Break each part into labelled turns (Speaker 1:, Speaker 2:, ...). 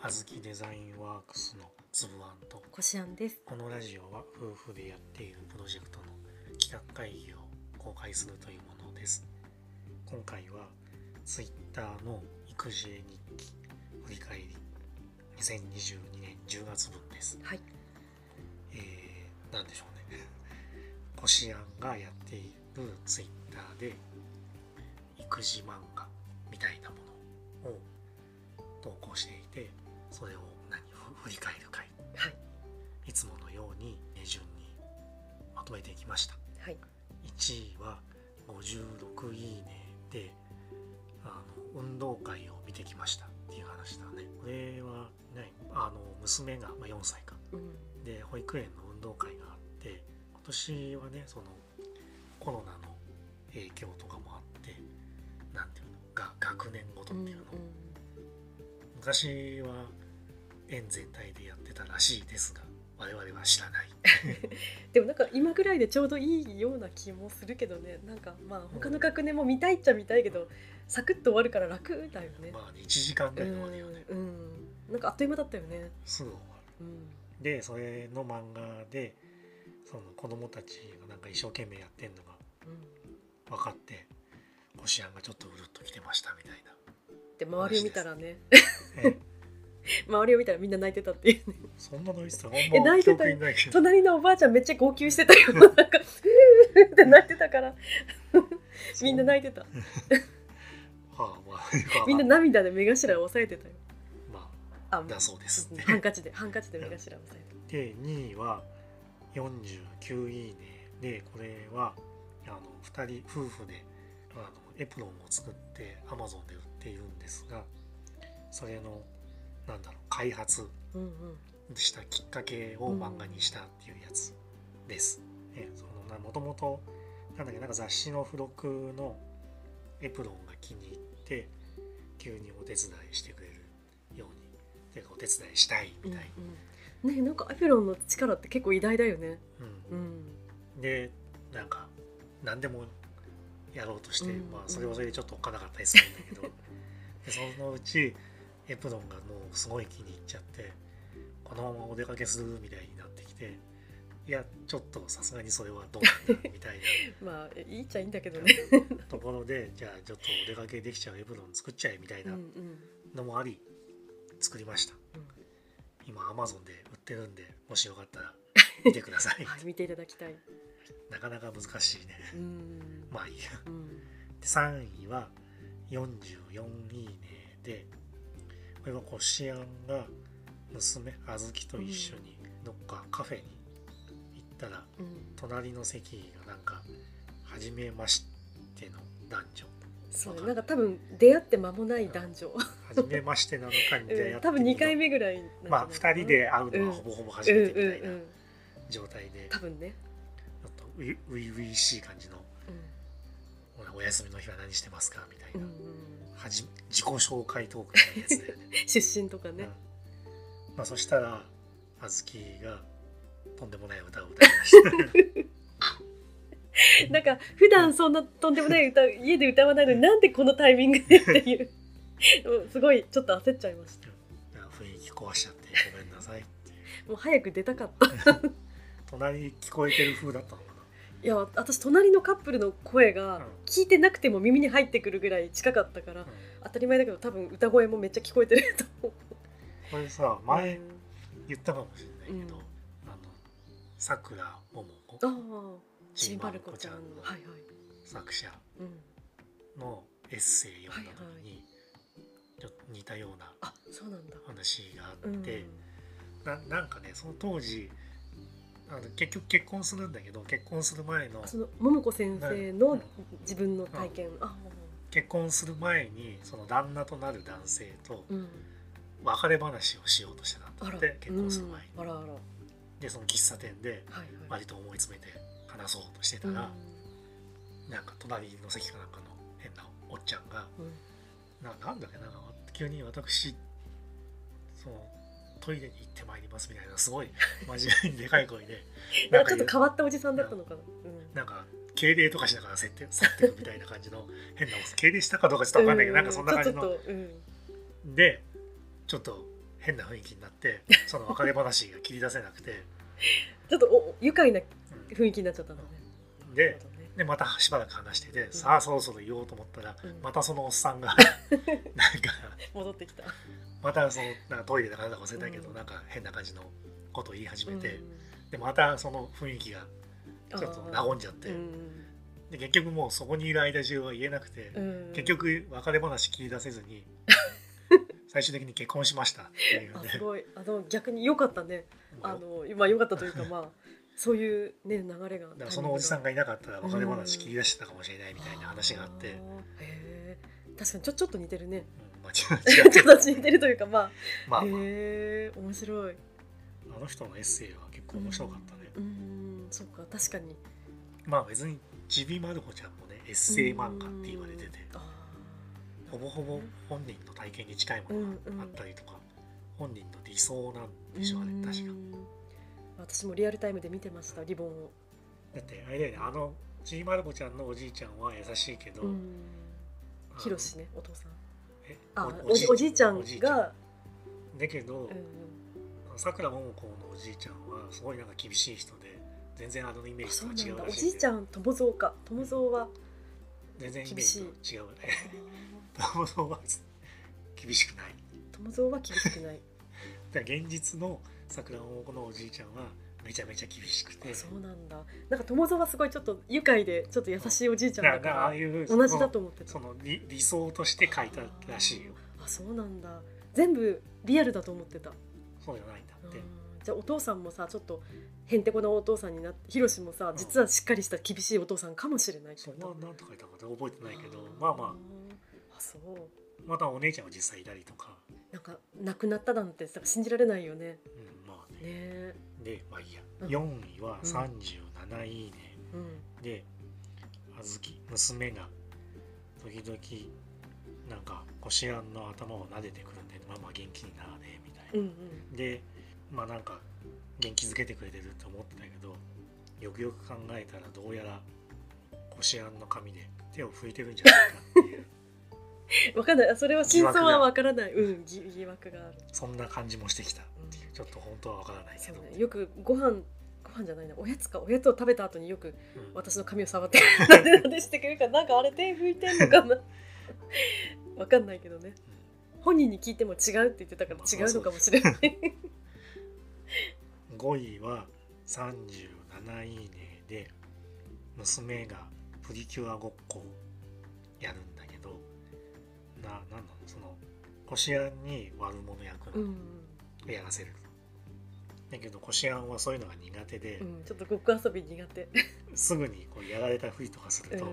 Speaker 1: あずきデザインワークスのつぶあんと
Speaker 2: こしあんです。
Speaker 1: このラジオは夫婦でやっているプロジェクトの企画会議を公開するというものです今回は Twitter の育児絵日記振り返り2022年10月分です
Speaker 2: はい。
Speaker 1: えー、なんでしょうねこしあんがやっているツイッターで育児漫画みたいなものを投稿していてそれを何ふ振り返る回
Speaker 2: はい。
Speaker 1: いつものように順にまとめていきました
Speaker 2: はい。
Speaker 1: 1位は56いいねであの運動会を見てきましたっていう話だねこれはねあの娘が、まあ、4歳か
Speaker 2: うん。
Speaker 1: で保育園の運動会があって今年はねそのコロナの影響とかもあってなんていうのが学年ごとっていうの、昔は園全体でやってたらしいですが我々は知らない
Speaker 2: でもなんか今ぐらいでちょうどいいような気もするけどねなんかまあ他の学年も見たいっちゃ見たいけどサクッと終わるから楽だよね。
Speaker 1: まあね1時間ぐ
Speaker 2: う
Speaker 1: らいのまでよ
Speaker 2: ん
Speaker 1: ね、
Speaker 2: うん、なんかあっという間だったよね。
Speaker 1: すぐ終わる
Speaker 2: うん、
Speaker 1: でそれの漫画でその子供たちがなんか一生懸命やってんのが
Speaker 2: うん、
Speaker 1: 分かってこしあんがちょっとうるっときてましたみたいな、
Speaker 2: で周りを見たらね
Speaker 1: え
Speaker 2: 周りを見たらみんな泣いてたっていう ね
Speaker 1: そんなのいつあん
Speaker 2: え
Speaker 1: ま
Speaker 2: 泣い
Speaker 1: 記
Speaker 2: てた
Speaker 1: 憶にないけど
Speaker 2: 隣のおばあちゃんめっちゃ号泣してたよ なんか「うー」って泣いてたからみんな泣いてた
Speaker 1: はあまあ、
Speaker 2: みんな
Speaker 1: な、
Speaker 2: 涙で目頭を押さえてたよ
Speaker 1: ま
Speaker 2: あ
Speaker 1: あ、だそうです。
Speaker 2: ハンカチでハンカチで目頭を押さえて
Speaker 1: で、2位は49いいねで、これはあの2人夫婦であのエプロンを作ってアマゾンで売っているんですが、それのなんだろう開発
Speaker 2: た。うんうん
Speaker 1: したきっかけを漫画にしたっていうやつです。えそのなもともとなんだっけなんか雑誌の付録のエプロンが気に入って急にお手伝いしてくれるようにてかお手伝いしたいみたい、
Speaker 2: うんねなんかアペロンの力って結構偉大だよね。
Speaker 1: うん
Speaker 2: うん、
Speaker 1: でなんか何でもやろうとして、
Speaker 2: うん
Speaker 1: まあ、それはそれでちょっとおっかなかったりするんだ けどでそのうちエプロンがもうすごい気に入っちゃってこのままお出かけするみたいになってきていやちょっとさすがにそれはどうなんだみたい
Speaker 2: まあいいっちゃいいんだけどね。
Speaker 1: なところでじゃあちょっとお出かけできちゃうエプロン作っちゃえみたい
Speaker 2: うん
Speaker 1: な
Speaker 2: うん
Speaker 1: のもあり作りました
Speaker 2: う
Speaker 1: 今 Amazon で売ってるんでもしよかったら見てください
Speaker 2: ん はい見ていただきたい。
Speaker 1: なかなか難しいね
Speaker 2: うん
Speaker 1: まあいいや
Speaker 2: うん
Speaker 1: で3位は44いいねでこれはこしあんが娘あずきと一緒にどっかカフェに行ったら
Speaker 2: うん
Speaker 1: 隣の席がなんか初めましての男女
Speaker 2: そうなんか多分出会って間もない男女。
Speaker 1: 初めましてなのかに出会って
Speaker 2: うん多分二回目ぐらいなんじゃないかな。
Speaker 1: まあ2人で会うのはほぼほぼ初めてみたい
Speaker 2: うんうん
Speaker 1: な
Speaker 2: う
Speaker 1: ん状態でちょ
Speaker 2: 多分ね。
Speaker 1: っとういう々しい感じの
Speaker 2: う
Speaker 1: ほらお休みの日は何してますかみたい
Speaker 2: んう
Speaker 1: なん
Speaker 2: うん
Speaker 1: はじめ自己紹介トークみたいなやつだよね
Speaker 2: 出身とかね。
Speaker 1: うんまあ、そしたらあずきがとんでもない歌を歌いました
Speaker 2: なんか普段そんなとんでもない歌家で歌わないのになんでこのタイミングでっていう うんすごいちょっと焦っちゃいました。
Speaker 1: 雰囲気壊しちゃってごめんなさいっていう
Speaker 2: もう早く出たかった。
Speaker 1: 隣に聞こえてる風だったのか
Speaker 2: いや私隣のカップルの声が聞いてなくても耳に入ってくるぐらい近かったから、
Speaker 1: な、うん
Speaker 2: 当たり前だけど多分歌声もめっちゃ聞こえてると思
Speaker 1: これさ
Speaker 2: う
Speaker 1: 前言ったかもしれないけど、
Speaker 2: うん
Speaker 1: あのさくらももこ
Speaker 2: ああち
Speaker 1: ち
Speaker 2: び
Speaker 1: んま
Speaker 2: ま
Speaker 1: る
Speaker 2: る
Speaker 1: 子
Speaker 2: 子
Speaker 1: ち
Speaker 2: ち
Speaker 1: ゃ
Speaker 2: ゃ
Speaker 1: ん
Speaker 2: ん
Speaker 1: の
Speaker 2: のはいはい、
Speaker 1: 作者
Speaker 2: うん、
Speaker 1: のエッセイ読んだ時に、
Speaker 2: はいは
Speaker 1: ちょっと似たような
Speaker 2: あそうなんだ
Speaker 1: 話があって、
Speaker 2: うん
Speaker 1: ななんかねその当時あの結局結婚するんだけど結婚する前の
Speaker 2: あその桃子先生
Speaker 1: う
Speaker 2: の
Speaker 1: ん
Speaker 2: 自分の体験、ああ
Speaker 1: 結婚する前にその旦那となる男性と
Speaker 2: うん
Speaker 1: 別れ話をしようとしてたん
Speaker 2: あ
Speaker 1: だ
Speaker 2: ら
Speaker 1: って結婚する前に、
Speaker 2: うんあらあらはい
Speaker 1: でその喫茶店で
Speaker 2: はい、
Speaker 1: 割と思い詰めて話そうとしてたら、なんか隣の席かなんかの変なおっちゃんが
Speaker 2: うんうん
Speaker 1: 「ななんだっけなんか急に私そのトイレに行ってまいります」みたいなすごい真面目にでかい 声で
Speaker 2: なんかちょっと
Speaker 1: 言う
Speaker 2: 変わったおじさんだったのかな、うん
Speaker 1: なんか敬礼とかしながら設定去ってくみたいな感じの変なおっ敬礼したかどうかちょっと分かんないけど、なんかそんな感じの
Speaker 2: ちょっと、うん、
Speaker 1: でちょっと「変な雰囲気にな ってその別れ話が切り出せなくて、
Speaker 2: ちょっとお愉快な
Speaker 1: う
Speaker 2: 雰囲気になっちゃったのね。
Speaker 1: ん
Speaker 2: なる
Speaker 1: で
Speaker 2: ほどね
Speaker 1: でまたしばらく話しててさあそろそろ言おうと思ったら、
Speaker 2: うん
Speaker 1: またそのおっさん がなんか
Speaker 2: 戻ってきた。
Speaker 1: またそのなんかトイレだからだか忘れたけど、
Speaker 2: うん
Speaker 1: なんか変な感じのことを言い始めて、
Speaker 2: うん
Speaker 1: でまたその雰囲気がちょっと和んじゃって、
Speaker 2: うん
Speaker 1: で結局もうそこにいる間中は言えなくて、
Speaker 2: うん
Speaker 1: 結局別れ話切り出せず に最終的に結婚しましたっていう
Speaker 2: あ
Speaker 1: ね
Speaker 2: すごいあの逆に良かったねあ
Speaker 1: もう
Speaker 2: のまあ良かったというかまあそういうね流れが
Speaker 1: だからそのおじさん
Speaker 2: が
Speaker 1: がいなかったら別れ話切り出してたかもしれないみたいな話があって、
Speaker 2: へー確かにちょちょっと似てるね
Speaker 1: うんまあ違う
Speaker 2: ち
Speaker 1: 違う
Speaker 2: ょっと似てるというかま
Speaker 1: ま
Speaker 2: あ
Speaker 1: あ、
Speaker 2: へ
Speaker 1: ま
Speaker 2: え面白い
Speaker 1: あ、あの人のエッセイは結構面白かったね、
Speaker 2: うんそうか確かに
Speaker 1: まあ別にちびまる子ちゃんもねエッセイ漫画って言われてて
Speaker 2: あ
Speaker 1: ほぼほぼ本人の体験に近いものがあったりとか、本人の理想なん
Speaker 2: ー
Speaker 1: でしょうね
Speaker 2: うん
Speaker 1: 確か
Speaker 2: 私もリアルタイムで見てましたリボンを
Speaker 1: だってあれだよねあのちびまる子ちゃんのおじいちゃんは優しいけど、
Speaker 2: うん
Speaker 1: あの
Speaker 2: ヒロシねお父さん
Speaker 1: え
Speaker 2: あおじおじいちゃん
Speaker 1: おじいちゃ
Speaker 2: が
Speaker 1: んだけど
Speaker 2: うん
Speaker 1: さくらももこのおじいちゃんはすごいなんか厳しい人で全然あのイメー
Speaker 2: あそう
Speaker 1: ジと
Speaker 2: な
Speaker 1: は違うら
Speaker 2: んだお
Speaker 1: し
Speaker 2: じ
Speaker 1: い
Speaker 2: いちゃ
Speaker 1: ん
Speaker 2: ん友蔵か友蔵は
Speaker 1: 全然イメージと違うね 友蔵は厳しくない
Speaker 2: 友蔵は厳しくない。
Speaker 1: だから現実のさくらももこのおじいちゃんはめちゃめちゃ厳しくて
Speaker 2: あそうなんだ。なんか友蔵はすごいちょっと愉快でちょっと優しいおじいち
Speaker 1: だか
Speaker 2: ゃ
Speaker 1: ら
Speaker 2: んだ
Speaker 1: だ
Speaker 2: か
Speaker 1: からあ
Speaker 2: ら
Speaker 1: あいう
Speaker 2: 同じだと思ってた
Speaker 1: そ。の理理想として書いたらしいよ
Speaker 2: あそうなんだ。全部リアルだと思ってた。
Speaker 1: そうじゃないんだって
Speaker 2: うんじゃあお父さんもさちょっとへんてこなお父さんになってひろしもさ実はしっかりした厳しいお父さんかもしれないって
Speaker 1: そ
Speaker 2: こ
Speaker 1: ん
Speaker 2: と
Speaker 1: ななんと書いたか覚えてないけどまあま
Speaker 2: あ。あそう。
Speaker 1: あまたお姉ちゃんは実際いたりとか、
Speaker 2: なんか亡くなったなんてさ信じられないよね。
Speaker 1: うん、まあ
Speaker 2: ね
Speaker 1: ね
Speaker 2: え。
Speaker 1: でまあいいや
Speaker 2: うん
Speaker 1: 4位は
Speaker 2: うん
Speaker 1: 37いいね、
Speaker 2: うん。
Speaker 1: で小豆娘が時々なんかこしあんの頭を撫でてくるんでママ元気になれみた
Speaker 2: う
Speaker 1: い
Speaker 2: ん
Speaker 1: な、でまあなんか元気づけてくれてると思ってたけどよくよく考えたらどうやらこしあんの紙で手を拭いてるんじゃないかっていう
Speaker 2: うん。わかんない。それは真相
Speaker 1: 疑惑
Speaker 2: は
Speaker 1: が
Speaker 2: わからない。うん疑疑惑がある。
Speaker 1: そんな感じもしてきたっていうちょっと本当はわからないけ
Speaker 2: そう
Speaker 1: ど、
Speaker 2: ね、よくご飯ご飯じゃないなおやつかおやつを食べた後によく
Speaker 1: うん
Speaker 2: 私の髪を触ってなでなでしてくるからなんかあれ手拭いてんのかなわかんないけどね本人に聞いても違うって言ってたから
Speaker 1: まあ
Speaker 2: 違うのかもし れない
Speaker 1: 5位は37いいねで娘がプリキュアごっこをやるんだけどななんなのそのこしあんに悪者役
Speaker 2: うん、
Speaker 1: をやらせる、だけどこしあんはそういうのが苦手で、
Speaker 2: うん、ちょっとごっこ遊び苦手、
Speaker 1: すぐにこうやられたふりとかす
Speaker 2: う
Speaker 1: る
Speaker 2: ん
Speaker 1: と、も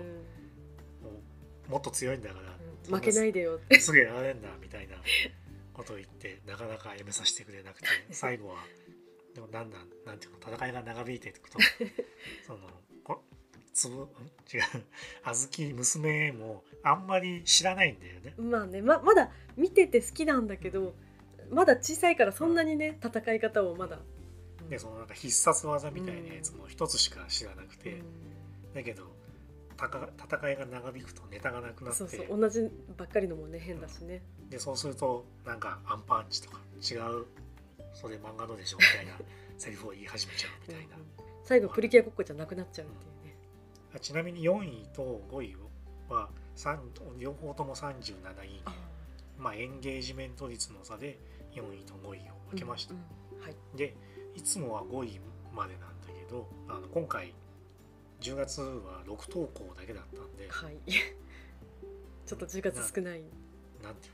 Speaker 1: うもっと強いんだから、
Speaker 2: 負けないでよって
Speaker 1: ですぐやられるんだみたいなことを言ってなかなかやめさせてくれなく て最後はでもだんだんなんていうの戦いが長引いていく とそのこつぶん違う小豆娘もあんまり知らないんだよね。
Speaker 2: まあねままだ見てて好きなんだけどまだ小さいからそんなにね戦い方をまだ
Speaker 1: でそのなんか必殺技みたいなやつも一つしか知らなくて、だけどたか戦いが長引くとネタがなく
Speaker 2: う
Speaker 1: なんって
Speaker 2: そうそう同じばっかりのもね変だしね、
Speaker 1: でそうするとなんかアンパンチとか違うそれ漫画のでしょみたいなセリフを言い始めちゃうみたいな
Speaker 2: うん。最後プリキュアごっこじゃなくなっちゃうっていうね、
Speaker 1: あちなみに4位と5位は三両方とも37位に、まあ、エンゲージメント率の差で4位と5位を分けました、
Speaker 2: うんうんはい
Speaker 1: でいつもは5位までなんだけどあの今回10月は6投稿だけだったんで
Speaker 2: はい ちょっと10月少ない
Speaker 1: なんてい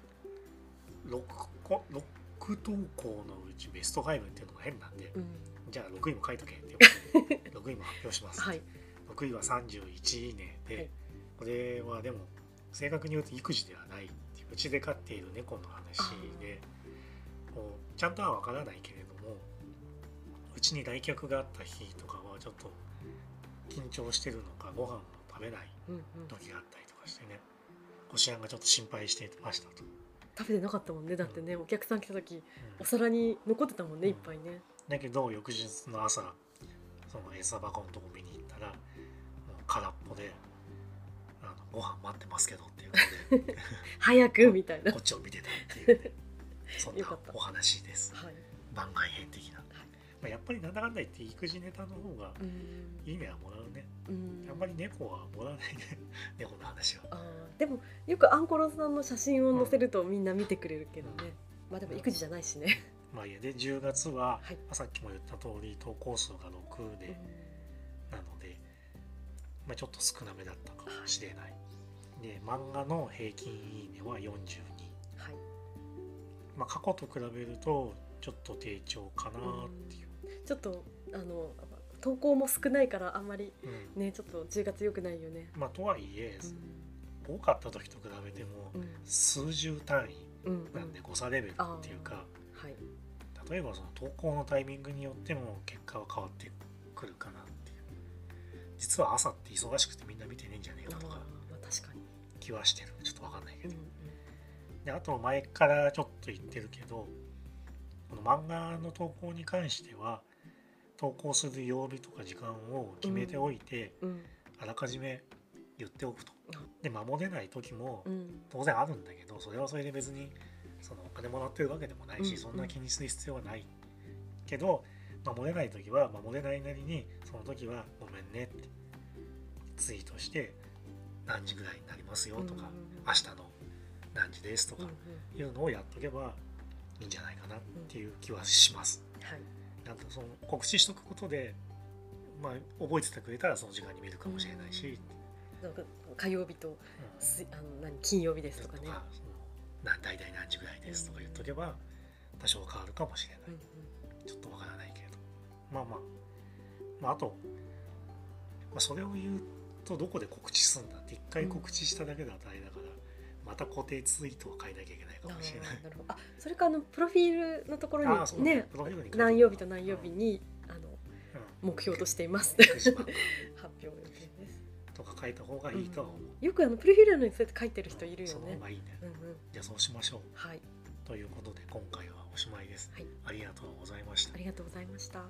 Speaker 1: うの 6, 個6投稿のうちベスト5っていうのが変なんで
Speaker 2: うん
Speaker 1: じゃあ6位も書いとけってことで6位も発表します、
Speaker 2: はい
Speaker 1: 6位は31位ねで、
Speaker 2: はい
Speaker 1: これはでも正確に言うと育児ではないっていううちで飼っている猫の話でこうちゃんとはわからないけれどもうちに来客があった日とかはちょっと緊張してるのかご飯も食べない
Speaker 2: うんうん
Speaker 1: 時があったりとかしてねこしあんがちょっと心配してましたと、
Speaker 2: 食べてなかったもんねだってねお客さん来た時
Speaker 1: うん
Speaker 2: お皿に残ってたもんね
Speaker 1: う
Speaker 2: い
Speaker 1: ん
Speaker 2: っぱいね
Speaker 1: だけど翌日の朝その餌箱のとこ見に行ったらもう空っぽであの「ご飯待ってますけど」っていうので
Speaker 2: 早くみたいな
Speaker 1: こっちを見てたっていう、ね、そん
Speaker 2: よ
Speaker 1: な
Speaker 2: かった
Speaker 1: お話です
Speaker 2: はい。
Speaker 1: 番外編的な、まあ、やっぱりなんだかんだ言って育児ネタの方が
Speaker 2: うん。
Speaker 1: いいねはもらうね
Speaker 2: うん
Speaker 1: あんまり猫はもらわないね 猫の話は
Speaker 2: あーでもよくアンコロさんの写真を載せるとみんな見てくれるけどね、まあでも育児じゃないしね、
Speaker 1: まあいいやで10月は、
Speaker 2: はい
Speaker 1: まあさっきも言った通り投稿数が6で、なので、まあ、ちょっと少なめだったかもしれない。で、漫画の平均いいねは42。
Speaker 2: はい
Speaker 1: まあ、過去と比べると、ちょっと低調かなっていう。
Speaker 2: ちょっとあの投稿も少ないからあんまり
Speaker 1: うん
Speaker 2: ねちょっと10月良くないよね、
Speaker 1: まあ、とはいえ、多かった時と比べても
Speaker 2: う、ん
Speaker 1: 数十単位
Speaker 2: うんう
Speaker 1: なんで誤差レベルっていうか、
Speaker 2: はい
Speaker 1: 例えばその投稿のタイミングによっても結果は変わってくるかなっていう。実は朝って忙しくてみんな見てねえんじゃねえ
Speaker 2: あ
Speaker 1: か
Speaker 2: ー
Speaker 1: と
Speaker 2: ま
Speaker 1: か
Speaker 2: あ確かに、
Speaker 1: 気はしてる。ちょっとわかんないけ
Speaker 2: う
Speaker 1: ど
Speaker 2: ん。
Speaker 1: であと前からちょっと言ってるけどこの漫画の投稿に関しては投稿する曜日とか時間を決めておいて、
Speaker 2: うんうん
Speaker 1: あらかじめ言っておくと
Speaker 2: あ
Speaker 1: で守れない時も
Speaker 2: うん
Speaker 1: 当然あるんだけどそれはそれで別にそのお金もらってるわけでもないし、
Speaker 2: うん
Speaker 1: そんな気にする必要はないけど守れない時は守れないなりにその時は「ごめんね」ってツイートして「何時ぐらいになりますよ」とか
Speaker 2: うんうんうん
Speaker 1: 「明日の何時です」と
Speaker 2: うん
Speaker 1: か
Speaker 2: うん
Speaker 1: いうのをやっとけばいいんじゃないかなっていう気はします。
Speaker 2: はい
Speaker 1: なんかその告知しとくことで、まあ、覚えててくれたらその時間に見るかもしれないし、
Speaker 2: なんか火曜日と
Speaker 1: うん
Speaker 2: すあの何金曜日です
Speaker 1: と
Speaker 2: とか
Speaker 1: か
Speaker 2: ね、
Speaker 1: その何大体何時ぐらいですとか言っとけば多少変わるかもしれない、
Speaker 2: うん
Speaker 1: ちょっとわからないけれどまあまあ、まあ、あと、まあ、それを言うとどこで告知するんだって一回告知しただけだとあれだから、また固定ツイートを変えなきゃいけないか
Speaker 2: うん、あ
Speaker 1: もしれない
Speaker 2: ーなるほどあそれかあのプロフィールのところ
Speaker 1: あーそう
Speaker 2: にね
Speaker 1: プロフィールに書いておく
Speaker 2: 何曜日と何曜日に、あ
Speaker 1: う
Speaker 2: の
Speaker 1: ん
Speaker 2: 目標としています
Speaker 1: びっくりしまった
Speaker 2: 発表予定です。
Speaker 1: とか書いた方がいいとは思う、
Speaker 2: よくあのプロフィールのにそうやって書いてる人いるよ
Speaker 1: その方
Speaker 2: ね。
Speaker 1: がいいね
Speaker 2: うんうん。
Speaker 1: じゃあそうしましょう
Speaker 2: はい、
Speaker 1: ということで今回はおしまいです、
Speaker 2: はい
Speaker 1: ありがとうございました
Speaker 2: ありがとうございました。